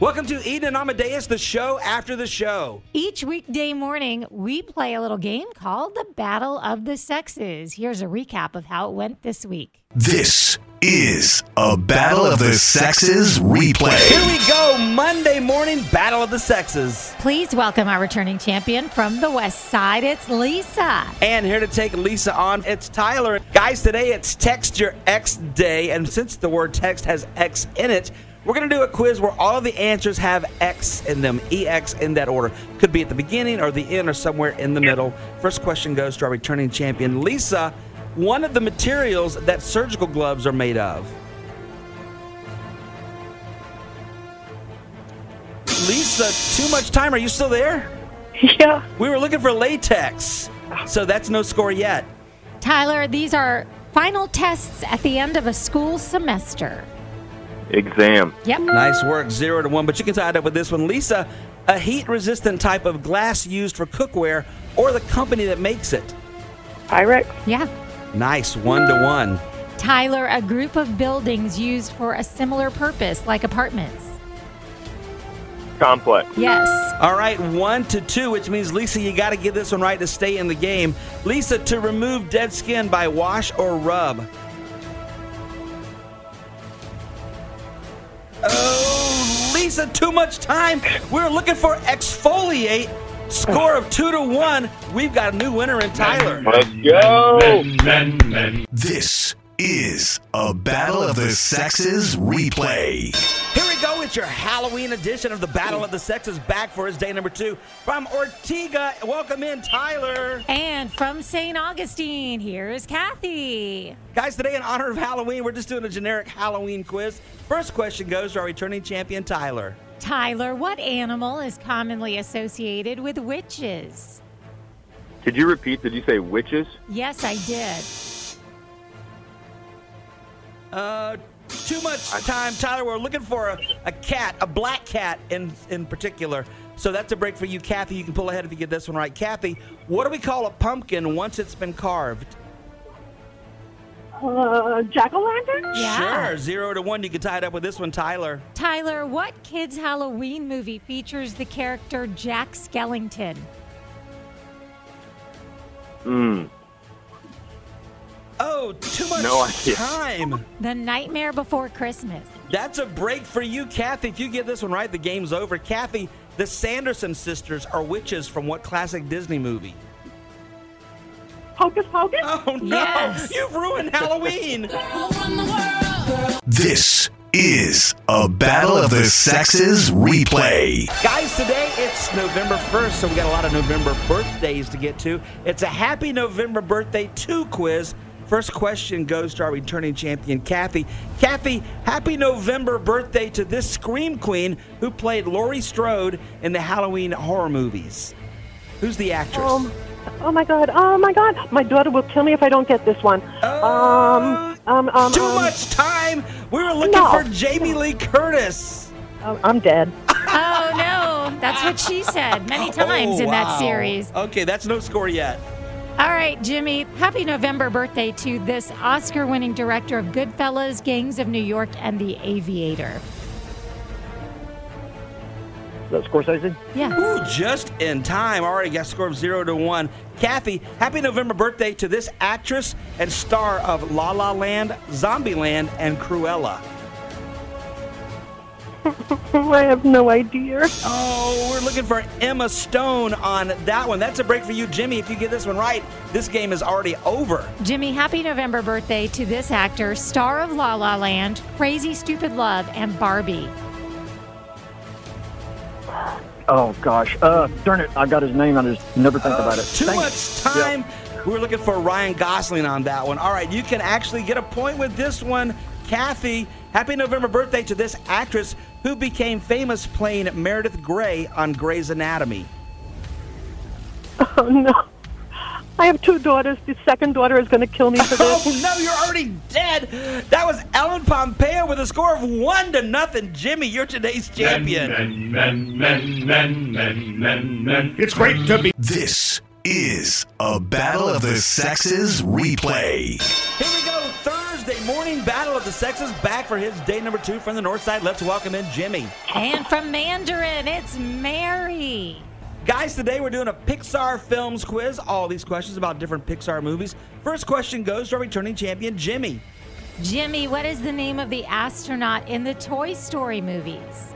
Welcome to Eden and Amadeus, the show after the show. Each weekday morning, we play a little game called the Battle of the Sexes. Here's a recap of how it went this week. This is a Battle of the Sexes replay. Here we go, Monday morning battle of the sexes. Please welcome our returning champion from the West Side. It's Lisa. And here to take Lisa on, it's Tyler. Guys, today it's Text Your Ex Day, and since the word text has X in it, we're going to do a quiz where all of the answers have X in them, EX in that order. Could be at the beginning or the end or somewhere in the middle. First question goes to our returning champion, Lisa. One of the materials that surgical gloves are made of. Lisa, too much time. Are you still there? Yeah. We were looking for latex. So that's no score yet. Tyler, these are final tests at the end of a school semester. Exam. Yep. Nice work, zero to one. But you can tie it up with this one. Lisa, a heat resistant type of glass used for cookware or the company that makes it. Pyrex. Yeah. Nice, one to one. Tyler, a group of buildings used for a similar purpose, like apartments. Complex. Yes. All right, one to two, which means, Lisa, you got to get this one right to stay in the game. Lisa, to remove dead skin by wash or rub. Oh, Lisa, too much time. We're looking for exfoliate. Score of two to one. We've got a new winner in Tyler. Let's go. This is a Battle of the Sexes replay. Here we go. It's your Halloween edition of the Battle of the Sexes back for his day number two from Ortega. Welcome in, Tyler. And from St. Augustine, here is Kathy. Guys, today in honor of Halloween, we're just doing a generic Halloween quiz. First question goes to our returning champion, Tyler. Tyler, what animal is commonly associated with witches? Could you repeat? Did you say witches? Yes, I did. Uh, too much time, Tyler. We're looking for a, a cat, a black cat in in particular. So that's a break for you, Kathy. You can pull ahead if you get this one right. Kathy, what do we call a pumpkin once it's been carved? Uh, Jack o' lantern. Yeah. Sure, zero to one. You can tie it up with this one, Tyler. Tyler, what kids' Halloween movie features the character Jack Skellington? Mm. Oh, too much No idea. time. The Nightmare Before Christmas. That's a break for you, Kathy. If you get this one right, the game's over. Kathy, the Sanderson sisters are witches from what classic Disney movie? Hocus pocus. Oh no! Yes. You've ruined Halloween. This is a Battle of the Sexes replay. Guys, today it's November 1st, so we got a lot of November birthdays to get to. It's a happy November birthday 2 quiz. First question goes to our returning champion, Kathy. Kathy, happy November birthday to this Scream Queen who played Laurie Strode in the Halloween horror movies. Who's the actress? Um, oh my god. Oh my god. My daughter will kill me if I don't get this one. Um, um, um, Uh, Too um, much time! We were looking No. for Jamie Lee Curtis. um, I'm dead. Oh, no. That's what she said many times Oh, in that wow. series. Okay, that's no score yet. All right, Jimmy, happy November birthday to this Oscar winning director of Goodfellas, Gangs of New York, and The Aviator. That's Scorsese? Yeah. Ooh, just in time. Already got a score of zero to one. Kathy, happy November birthday to this actress and star of La La Land, Zombieland, and Cruella. I have no idea. Oh, we're looking for Emma Stone on that one. That's a break for you, Jimmy. If you get this one right, this game is already over. Jimmy, happy November birthday to this actor, star of La La Land, Crazy Stupid Love, and Barbie. Oh, gosh. Uh, darn it. I got his name. I just never think about it. Too Thank- much time. We were looking for Ryan Gosling on that one. All right, you can actually get a point with this one. Kathy, happy November birthday to this actress who became famous playing Meredith Grey on Grey's Anatomy. Oh no. I have two daughters. The second daughter is going to kill me for this. Oh no, you're already dead. That was Ellen Pompeo with a score of one to nothing. Jimmy, you're today's champion. It's great to be. This is a Battle of the Sexes replay. Here we go. Thursday. Tuesday morning battle of the sexes back for his day number two from the north side. Let's welcome in Jimmy. And from Mandarin, it's Mary. Guys, today we're doing a Pixar films quiz. All these questions about different Pixar movies. First question goes to our returning champion, Jimmy. Jimmy, what is the name of the astronaut in the Toy Story movies?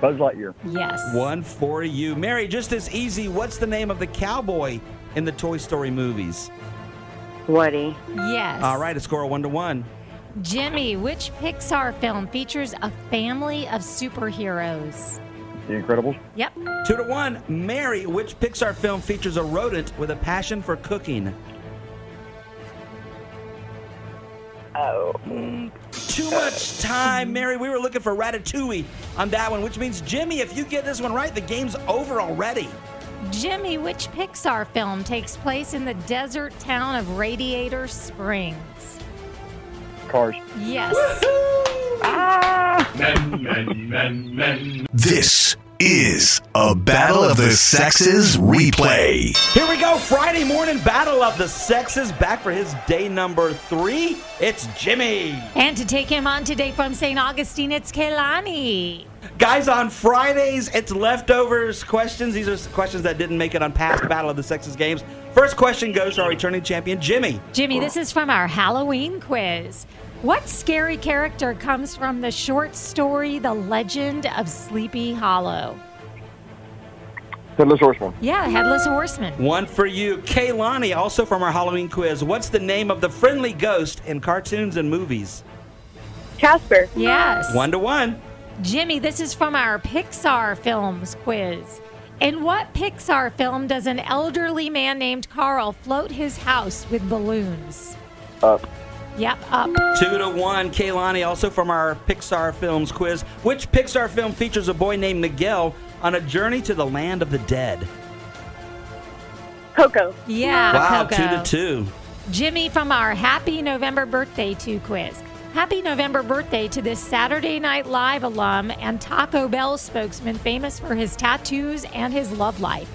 Buzz Lightyear. Yes. One for you. Mary, just as easy, what's the name of the cowboy in the Toy Story movies? Woody. Yes. All right, a score of one to one. Jimmy, which Pixar film features a family of superheroes? The Incredibles. Yep. Two to one. Mary, which Pixar film features a rodent with a passion for cooking? Oh. Mm, Too much time, Mary. We were looking for Ratatouille on that one, which means, Jimmy, if you get this one right, the game's over already. Jimmy, which Pixar film takes place in the desert town of Radiator Springs? Cars. Yes. Men, men, men, men. This is a Battle of the Sexes replay. Here we go. Friday morning battle of the sexes. Back for his day number three. It's Jimmy. and to take him on today from St. Augustine, it's Kelani. Guys, on Fridays, it's leftovers questions. These are questions that didn't make it on past Battle of the Sexes games. First question goes to our returning champion, Jimmy. Jimmy, this is from our Halloween quiz. What scary character comes from the short story The Legend of Sleepy Hollow? Fiddler's Horseman. Yeah, Headless Horseman. One for you. Kaylani, also from our Halloween quiz. What's the name of the friendly ghost in cartoons and movies? Casper. Yes. One to one. Jimmy, this is from our Pixar films quiz. In what Pixar film does an elderly man named Carl float his house with balloons? Up. Yep, up. Two to one. Kaylani, also from our Pixar films quiz. Which Pixar film features a boy named Miguel on a journey to the land of the dead? Coco. Yeah, Wow, Coco. two to two. Jimmy from our Happy November Birthday to quiz. Happy November birthday to this Saturday Night Live alum and Taco Bell spokesman famous for his tattoos and his love life.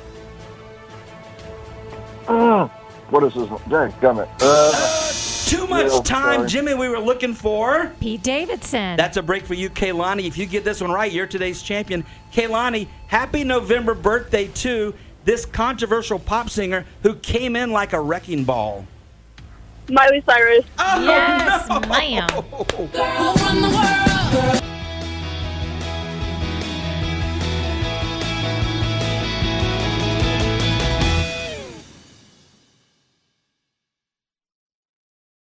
Uh, what is this? Dang, damn it. Uh, Too much Yeah, time, sorry. Jimmy. We were looking for. Pete Davidson. That's a break for you, Kaylani. If you get this one right, you're today's champion. Kaylani, happy November birthday to this controversial pop singer who came in like a wrecking ball. Miley Cyrus. Oh, yes, no. ma'am.